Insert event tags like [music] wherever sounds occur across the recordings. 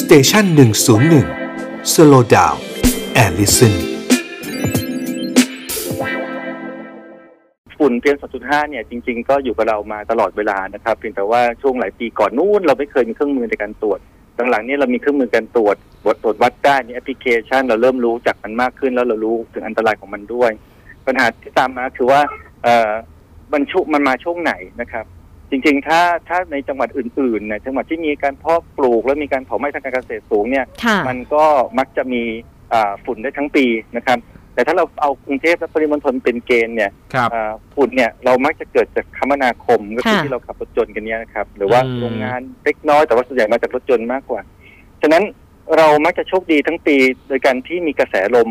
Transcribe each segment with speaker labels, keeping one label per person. Speaker 1: สเตชันหนึ่งศูนย์หนึ่งสโลดาวแอลลิสัน
Speaker 2: ฝุ่น PM 2.5 เนี่ยจริง ๆ ก็อยู่กับเรามาตลอดเวลานะครับเพียงแต่ว่าช่วงหลายปีก่อนนู้นเราไม่เคยมีเครื่องมือในการตรวจหลังๆเนี่ยเรามีเครื่องมือการตรวจวัดตรวจวัดได้มีแอปพลิเคชัน เราเริ่มรู้จักมันมากขึ้น แล้วเรารู้ถึงอันตรายของมันด้วย ปัญหาที่ตามมาคือว่าเอ่อบรรชุมันมาช่วงไหนนะครับ จริงๆ ถ้าถ้าในจังหวัดอื่นๆเนี่ยจังหวัดที่มีการเพาะปลูก และมีการเผาไหม้ทางการเกษตรสูงเนี่ย
Speaker 3: ค่ะ
Speaker 2: มันก็มักจะมีอ่าฝุ่นได้ทั้งปีนะครับ แต่ถ้าเราเอากรุงเทพและปริมณฑลเป็นเกณฑ์เนี่ย
Speaker 4: ครับ
Speaker 2: อ่าฝุ่นเนี่ยเรามักจะเกิดจากคมนาคมก็คือ
Speaker 3: ค่ะ
Speaker 2: ที่เราขับรถยนต์กันเนี่ยนะครับ หรือว่า
Speaker 4: อืม
Speaker 2: โรงงานเล็กน้อยแต่ว่าส่วนใหญ่มาจากรถยนต์มากกว่า ฉะนั้นเรามักจะโชคดีทั้งปีโดยการที่มีกระแสลม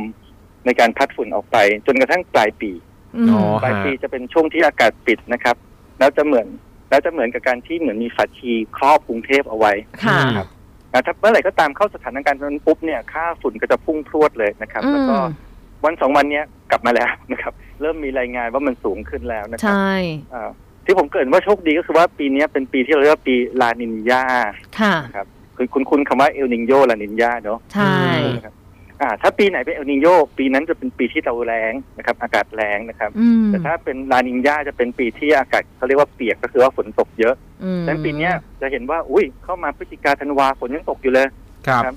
Speaker 2: ในการพัดฝุ่นออกไป จนกระทั่งปลายปี
Speaker 3: อืม
Speaker 4: อ๋อ
Speaker 2: ปลายปีจะเป็นช่วงที่อากาศปิดนะครับ แล้วจะเหมือนแล้วจะเหมือนกับการที่เหมือนมีฝาชีครอบกรุงเทพเอาไว้
Speaker 3: ค่ะ
Speaker 4: ครับ
Speaker 2: นะถ้าเมื่อไหร่ก็ตามเข้าสถานการณ์นั้นปุ๊บเนี่ยค่าฝุ่นก็จะพุ่งพรวดเลยนะครับ
Speaker 3: อื
Speaker 2: แล้ว
Speaker 3: ม
Speaker 2: ก็วันสองวันเนี้ยกลับมาแล้วนะครับ [laughs] เริ่มมีรายงานว่ามันสูงขึ้นแล้วนะครั
Speaker 3: ใช่
Speaker 2: อ่าที่ผมเกริดว่าโชคดีก็คือว่าปีเนี้ยเป็นปีที่เราเรียกว่าปีลานินยา
Speaker 3: ค่ะ
Speaker 2: คือคุณคุณคำว่าเอลนิโยลานินยาเนาะ
Speaker 3: ใช่
Speaker 2: นะครับอ่าถ้าปีไหนเป็นเอลนิโยปีนั้นจะเป็นปีที่เราแรงนะครับ อากาศแรงนะครับ
Speaker 3: อืม
Speaker 2: แต่ถ้าเป็นลานินยาจะเป็นปีที่อากาศเขาเรียกว่าเปียกก็คือว่าฝนตกเยอะ
Speaker 3: อืม
Speaker 2: ดังนั้นปีเนี้ยจะเห็นว่าอุ้ยเข้ามาพฤศจิกาธันวาฝนยังตกอยู่เลย
Speaker 4: ครับ
Speaker 2: ครับ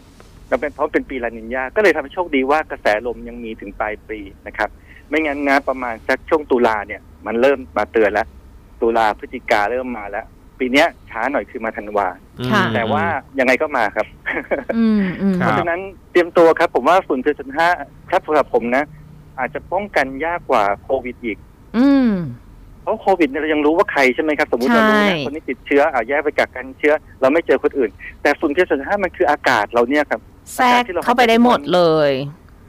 Speaker 2: แล้วเป็นเพราะเป็นปีลานินยาก็เลยทำให้โชคดีว่ากระแสลมยังมีถึงปลายปีนะครับ ไม่งั้นนะประมาณสักช่วงตุลาเนี่ย มันเริ่มมาเตือนแล้ว ตุลาพฤศจิกาเริ่มมาแล้ว ปีเนี้ยช้าหน่อยคือมาธันวา แต่ว่ายังไงก็มาครับ
Speaker 3: อืมอืม
Speaker 4: ค
Speaker 2: เพ
Speaker 4: รับ
Speaker 2: ราะฉะนั้นเตรียมตัวครับ ผมว่าฝุ่น PM.5 ครับสำหรับผมนะ อาจจะป้องกันยากกว่าโควิดอีก
Speaker 3: อืม
Speaker 2: เพราะโควิดเนี่ยเรายังรู้ว่าใครใช่ไหมครับ สมมติ
Speaker 3: ใช่
Speaker 2: เรารู้นะคนที่ติดเชื้ออ่ะแยกไปกักกันเชื้อ เราไม่เจอคนอื่น แต่ฝุ่น PM.5 มันคืออากาศเราเนี่ยครับ
Speaker 3: แทรกเข้าไปได้หมดเลย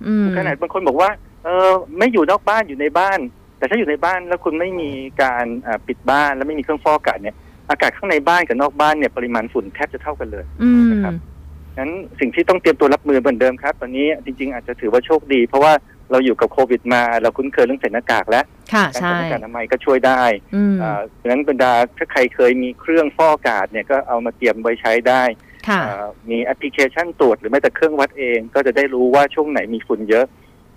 Speaker 3: อืม
Speaker 2: ขนาดบางคนบอกว่าเออไม่อยู่นอกบ้านอยู่ในบ้าน แต่ถ้าอยู่ในบ้านแล้วคุณไม่มีการอ่าปิดบ้านแล้วไม่มีเครื่องฟอกอากาศเนี่ยอากาศข้างในบ้านกับนอกบ้านเนี่ยปริมาณฝุ่นแทบจะเท่ากันเลย
Speaker 3: อืม
Speaker 2: งั้นสิ่งที่ต้องเตรียมตัวรับมือเหมือนเดิมครับตอนนี้จริงๆอาจจะถือว่าโชคดี เพราะว่าเราอยู่กับโควิดมาเราคุ้นเคยเรื่องใส่หน้ากากแล้ว
Speaker 3: ค่ะ
Speaker 2: การใส่
Speaker 3: ใช่
Speaker 2: หน้ากากอนามัยก็ช่วยได้
Speaker 3: อืม
Speaker 2: อ่าดังนั้นบรรดาถ้าใครเคยมีเครื่องฟอกอากาศเนี่ยก็เอามาเตรียมไว้ใช้ได้
Speaker 3: ค่ะ
Speaker 2: เอ่อมีแอปพลิเคชันตรวจหรือแม้แต่เครื่องวัดเองก็จะได้รู้ว่าช่วงไหนมีฝุ่นเยอะ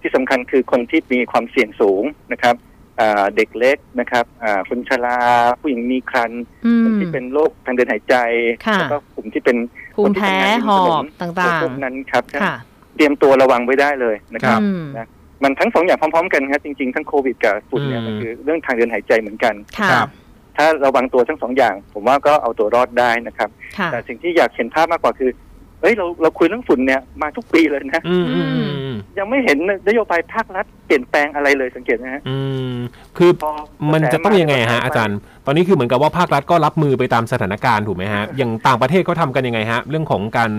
Speaker 2: ที่สำคัญคือคนที่มีความเสี่ยงสูงนะครับอ่าเด็กเล็กนะครับอ่าคนชราผู้หญิงมีครรภ์
Speaker 3: อื
Speaker 2: คน
Speaker 3: ม
Speaker 2: ที่เป็นโรคทางเดินหายใจ
Speaker 3: ค่ะ
Speaker 2: แล้วก็กลุ่มที่เป็น
Speaker 3: ภูมิแพ้หอบต
Speaker 2: โรค่
Speaker 3: าง
Speaker 2: พวกนั้นครับ
Speaker 3: ๆ ค่ะ
Speaker 2: เตรียมตัวระวังไว้ได้เลยนะครับ
Speaker 3: อืม
Speaker 2: มันทั้งสองอย่างพร้อมๆกันครับจริงๆทั้งโควิดกับฝุ่นเนี่ย
Speaker 4: อืม
Speaker 2: มันคือเรื่องทางเดินหายใจเหมือนกัน
Speaker 3: ค่ะ
Speaker 4: ครับ
Speaker 2: ถ้าระวังตัวทั้งสองอย่าง ผมว่าก็เอาตัวรอดได้นะครับ
Speaker 3: ค่ะ
Speaker 2: แต่สิ่งที่อยากเห็นภาพมากกว่าคือ เฮ้ยเราเราคุยเรื่องฝุ่นเนี่ยมาทุกปีเลยนะ
Speaker 4: อืมอืมอืม
Speaker 2: ยังไม่เห็นนโยบายภาครัฐเปลี่ยนแปลงอะไรเลยสังเกตนะฮะ
Speaker 4: อืมคือ
Speaker 2: พอ
Speaker 4: มันจะต้องยังไงฮะอาจารย์ ตอนนี้คือเหมือนกับว่าภาครัฐก็รับมือไปตามสถานการณ์ถูกไหมฮะ อย่างต่างประเทศเขาทำกันยังไงฮะ เรื่องของการ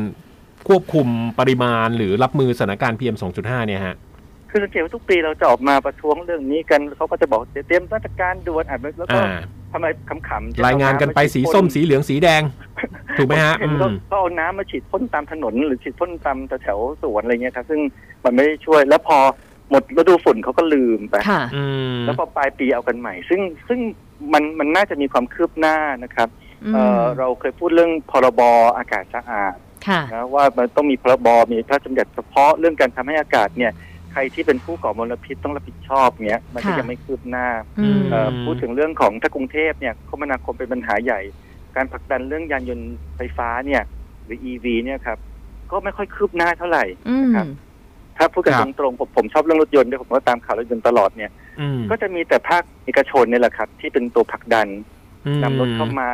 Speaker 4: ควบคุมปริมาณหรือรับมือสถานการณ์ PM 2.5 เนี่ยฮะ
Speaker 2: คือสังเกตว่าทุกปีเราจะออกมาประท้วงเรื่องนี้กันเขาก็จะบอกเตรียมมาตรการด่วนอ่ะแล้วก็
Speaker 4: อ่า
Speaker 2: ทำไมขำๆจะ
Speaker 4: รายงานกันไปสีส้มสีเหลืองสีแดง ถูกไหมฮะ
Speaker 2: เห็
Speaker 4: อื
Speaker 2: น
Speaker 4: ม
Speaker 2: ก็ก็เอาน้ำมาฉีดพ่นตามถนน หรือฉีดพ่นตามแถวๆสวนอะไรเงี้ยครับซึ่งมันไม่ได้ช่วย แล้วพอหมดฤดูฝุ่นเขาก็ลืมไป
Speaker 3: ค่ะ
Speaker 4: อืม
Speaker 2: แล้วพอปลายปีเอากันใหม่ ซึ่งซึ่งมันมันน่าจะมีความคืบหน้านะครับ
Speaker 3: อืม
Speaker 2: เอ่อเราเคยพูดเรื่องพรบอากาศสะอาด
Speaker 3: ค่ะ
Speaker 2: นะว่ามันต้องมีพรบมีพระราชบัญญัติเฉพาะเรื่องการทำให้อากาศเนี่ยใครที่เป็นผู้ก่อมลพิษต้องรับผิดชอบเนี่ยมันก็
Speaker 3: ค่ะ
Speaker 2: ยังไม่คืบหน้า
Speaker 3: อืม
Speaker 2: เอ่อ
Speaker 4: ม
Speaker 2: พูดถึงเรื่องของถ้ากรุงเทพเนี่ยคมนาคมเป็นปัญหาใหญ่ การผลักดันเรื่องยานยนต์ไฟฟ้าเนี่ยหรือ EV เนี่ยครับก็ไม่ค่อยคืบหน้าเท่าไหร่
Speaker 3: อืม
Speaker 2: ครับ ถ้าพูดกัน
Speaker 4: ครั
Speaker 2: ต
Speaker 4: บ
Speaker 2: รงๆผมผมชอบเรื่องรถยนต์ด้วยผมก็ตามข่าวรถยนต์ตลอดเนี่ย
Speaker 4: อืม
Speaker 2: ก็จะมีแต่ภาคเอกชนเนี่ยแหละครับที่เป็นตัวผลักดันนำรถเข้ามา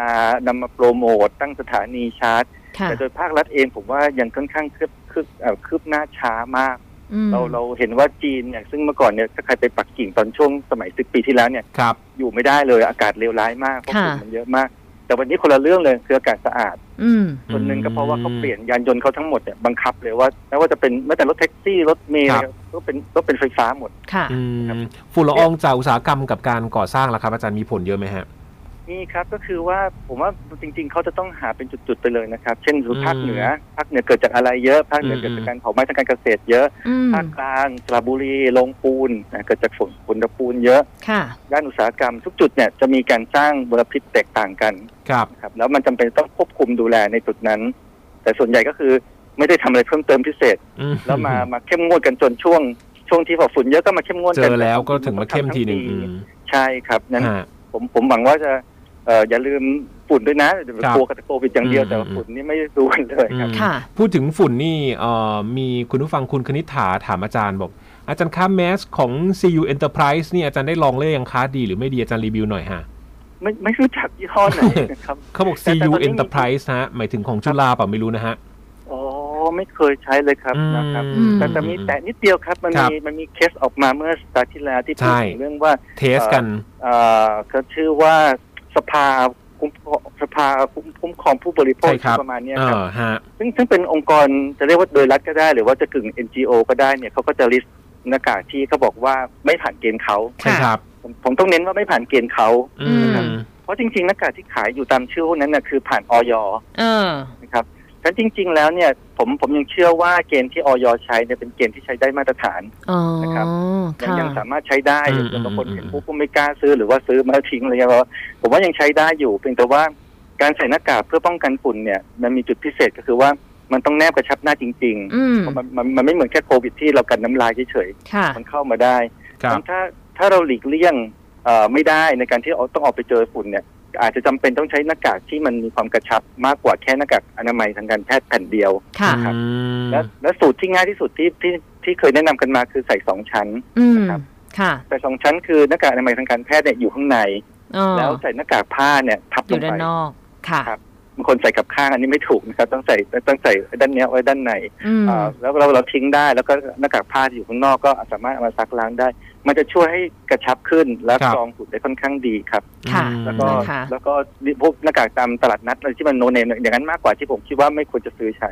Speaker 2: นำมาโปรโมตตั้งสถานีชาร์จ
Speaker 3: ค่ะ
Speaker 2: แต่โดยภาครัฐเองผมว่ายังค่อนข้างคืบคืบเอ่อคืบหน้าช้ามาก
Speaker 3: อืม
Speaker 2: เราเราเห็นว่าจีนเนี่ยซึ่งเมื่อก่อนเนี่ยถ้าใครไปปักกิ่งตอนช่วงสมัยสิบปีที่แล้วเนี่ย
Speaker 4: ครับ
Speaker 2: อยู่ไม่ได้เลยอากาศเลวร้ายมากเพราะฝุ่นมันเยอะมาก แต่วันนี้คนละเรื่องเลยคืออากาศสะอาด
Speaker 3: อืม
Speaker 2: ส่วนหนึ่งก็เพราะว่าเขาเปลี่ยนยานยนต์เขาทั้งหมดเนี่ยบังคับเลยว่าไม่ว่าจะเป็นแม้แต่รถแท็กซี่รถเมล์
Speaker 4: ครับ
Speaker 2: ก็เป็นก็เป็นไฟฟ้าหมด
Speaker 3: ค่ะ
Speaker 4: อืม
Speaker 2: ครับ
Speaker 4: ฝุ่นละอองจากอุตสาหกรรมกับการก่อสร้างล่ะครับอาจารย์มีผลเยอะไหมฮะ
Speaker 2: นี่ครับก็คือว่าผมว่าจริง ๆเขาจะต้องหาเป็นจุดๆไปเลยนะครับ เช่นสมมุติภาคเหนือภาคเหนือเกิดจากอะไรเยอะภาคเหนือเกิดจากการเผาไหม้ทางการเกษตรเยอะ
Speaker 3: อืม
Speaker 2: ภาคกลางสระบุรีลงปูนนะเกิดจากฝุ่นฝุ่นปูนเยอะ
Speaker 3: ค่ะ
Speaker 2: ด้านอุตสาหกรรม ทุกจุดเนี่ยจะมีการสร้างมลพิษแตกต่างกัน
Speaker 4: ครับ
Speaker 2: นะครับแล้วมันจำเป็นต้องควบคุมดูแลในจุดนั้น แต่ส่วนใหญ่ก็คือ ไม่ได้ทำอะไรเพิ่มเติมพิเศษ
Speaker 4: อื
Speaker 2: แล้วมามาเข้มงวดกันจนช่วง ช่วงที่พอฝุ่นเยอะก็มาเข้มงวด
Speaker 4: เจ
Speaker 2: กัน
Speaker 4: อแล้วก็ถึงมาเข้มทีหนึ่ง
Speaker 2: ทั้
Speaker 4: อื
Speaker 2: ปี
Speaker 4: ม
Speaker 2: ใช่ครับนั้น
Speaker 4: ฮะ
Speaker 2: ผมผมหวังว่าจะเอออย่าลืมฝุ่นด้วยนะเดี๋ยว
Speaker 4: ครับ
Speaker 2: กลัวกับโควิดอย่างเดียว
Speaker 4: อืม
Speaker 2: แต่ว่า
Speaker 4: อืม
Speaker 2: ฝุ่นนี่ไม่ได้ดูกันเลยครับ
Speaker 3: ค่ะ
Speaker 4: พูดถึงฝุ่นนี่เอ่อมีคุณผู้ฟังคุณคณิษฐาถามอาจารย์บอก อาจารย์คะแมสของ CU Enterprise เนี่ยอาจารย์ได้ลองเล่ยังคะดีหรือไม่ดีอาจารย์รีวิวหน่อยฮะ
Speaker 2: ไม่ไม่รู้จักยี่ห้อไหนนะครับ
Speaker 4: เขาบอก
Speaker 2: แต่แต่ต
Speaker 4: CU
Speaker 2: อนนี้มี
Speaker 4: Enterprise นะฮะ หมายถึงของจุฬาเปล่าไม่รู้นะฮะ
Speaker 2: อ๋อไม่เคยใช้เลยครับนะครับ
Speaker 4: อื
Speaker 3: ม
Speaker 2: แต่แต่มีแต่นิดเดียวครับมัน
Speaker 4: ครับ
Speaker 2: มีมันมีเคสออกมาเมื่อสัปดาห์ที่แล้วที่พูด
Speaker 4: ใช่
Speaker 2: ถึงเรื่องว่า
Speaker 4: เทสกัน
Speaker 2: เออเขาชื่อว่าสภาคุ้มครองสภาคุ้มคุ้มครองผู้บริโภค
Speaker 4: ใช่ครับ
Speaker 2: ประมาณเนี้ย
Speaker 4: เอ
Speaker 2: ครับ
Speaker 4: อฮะ
Speaker 2: ซึ่งซึ่งเป็นองค์กรจะเรียกว่าโดยรัฐก็ได้ หรือว่าจะกึ่ง NGO ก็ได้เนี่ยเขาก็จะ list หน้ากากที่เขาบอกว่าไม่ผ่านเกณฑ์เขา
Speaker 4: ใช่ครับ
Speaker 2: ผมผมต้องเน้นว่าไม่ผ่านเกณฑ์เขา
Speaker 4: อืม
Speaker 2: เพราะจริงๆหน้ากากที่ขายอยู่ตามชื่อพวกนั้นน่ะคือผ่านออย
Speaker 3: เออ
Speaker 2: นะครับฉะนั้นจริง ๆ แล้วเนี่ยผมผมยังเชื่อว่าเกณฑ์ที่ออยใช้เนี่ยเป็นเกณฑ์ที่ใช้ได้มาตรฐาน
Speaker 3: อ๋อ
Speaker 2: นะครับ ยัง
Speaker 3: ค่ะ
Speaker 2: ยังสามารถใช้ได้
Speaker 4: อืม
Speaker 2: แต่บางคนเห็น
Speaker 4: อืม
Speaker 2: ปุ๊บก็ไม่กล้าซื้อหรือว่าซื้อมาแล้วทิ้งอะไรเงี้ยเพราะผมว่ายังใช้ได้อยู่เพียงแต่ว่าการใส่หน้ากากเพื่อป้องกันฝุ่นเนี่ยมันมีจุดพิเศษก็คือว่ามันต้องแนบกระชับหน้าจริง ๆ
Speaker 3: อืม
Speaker 2: มันมันมันไม่เหมือนแค่โควิดที่เรากันน้ำลายเฉย
Speaker 3: ค่ะ
Speaker 2: ๆ มันเข้ามาได้
Speaker 4: ครับ
Speaker 2: ถ้าถ้าเราหลีกเลี่ยงเอ่อไม่ได้ในการที่เอาต้องออกไปเจอฝุ่นเนี่ย อาจจะจำเป็นต้องใช้หน้ากากที่มันมีความกระชับมากกว่าแค่หน้ากากอนามัยทางการแพทย์แผ่นเดียว
Speaker 3: ค่ะ
Speaker 2: ครับ
Speaker 4: อืม
Speaker 2: และและสูตรที่ง่ายที่สุดที่ที่ที่เคยแนะนำกันมาคือใส่สองชั้น
Speaker 3: อืม
Speaker 2: ครับ
Speaker 3: ค่ะ
Speaker 2: แต่สองชั้นคือหน้ากากอนามัยทางการแพทย์เนี่ยอยู่ข้างใน
Speaker 3: อ๋อ
Speaker 2: แล้วใส่หน้ากากผ้าเนี่ยทับ
Speaker 3: อ
Speaker 2: ล
Speaker 3: ยู่
Speaker 2: ง
Speaker 3: ด้า
Speaker 2: ไป
Speaker 3: นนอก ค่ะ
Speaker 2: บางคนใส่กับข้างอันนี้ไม่ถูกนะครับต้องใส่ต้องใส่ด้านเนี้ยไว้ด้านใน
Speaker 3: อืม
Speaker 2: อ่าแล้วเราเราทิ้งได้แล้วก็หน้ากากผ้าที่อยู่ข้างนอกก็สามารถเอามาซักล้างได้ มันจะช่วยให้กระชับขึ้นและ
Speaker 4: ครับ
Speaker 2: กรองฝุ่นได้ค่อนข้างดีครับ
Speaker 3: ค่ะ
Speaker 4: อืม
Speaker 2: แล้วก็
Speaker 3: ค่ะ
Speaker 2: แล้วก็พวกหน้ากากตามตลาดนัดอะไรที่มันโนเนมอย่างนั้นมากกว่าที่ผมคิดว่าไม่ควรจะซื้อใช้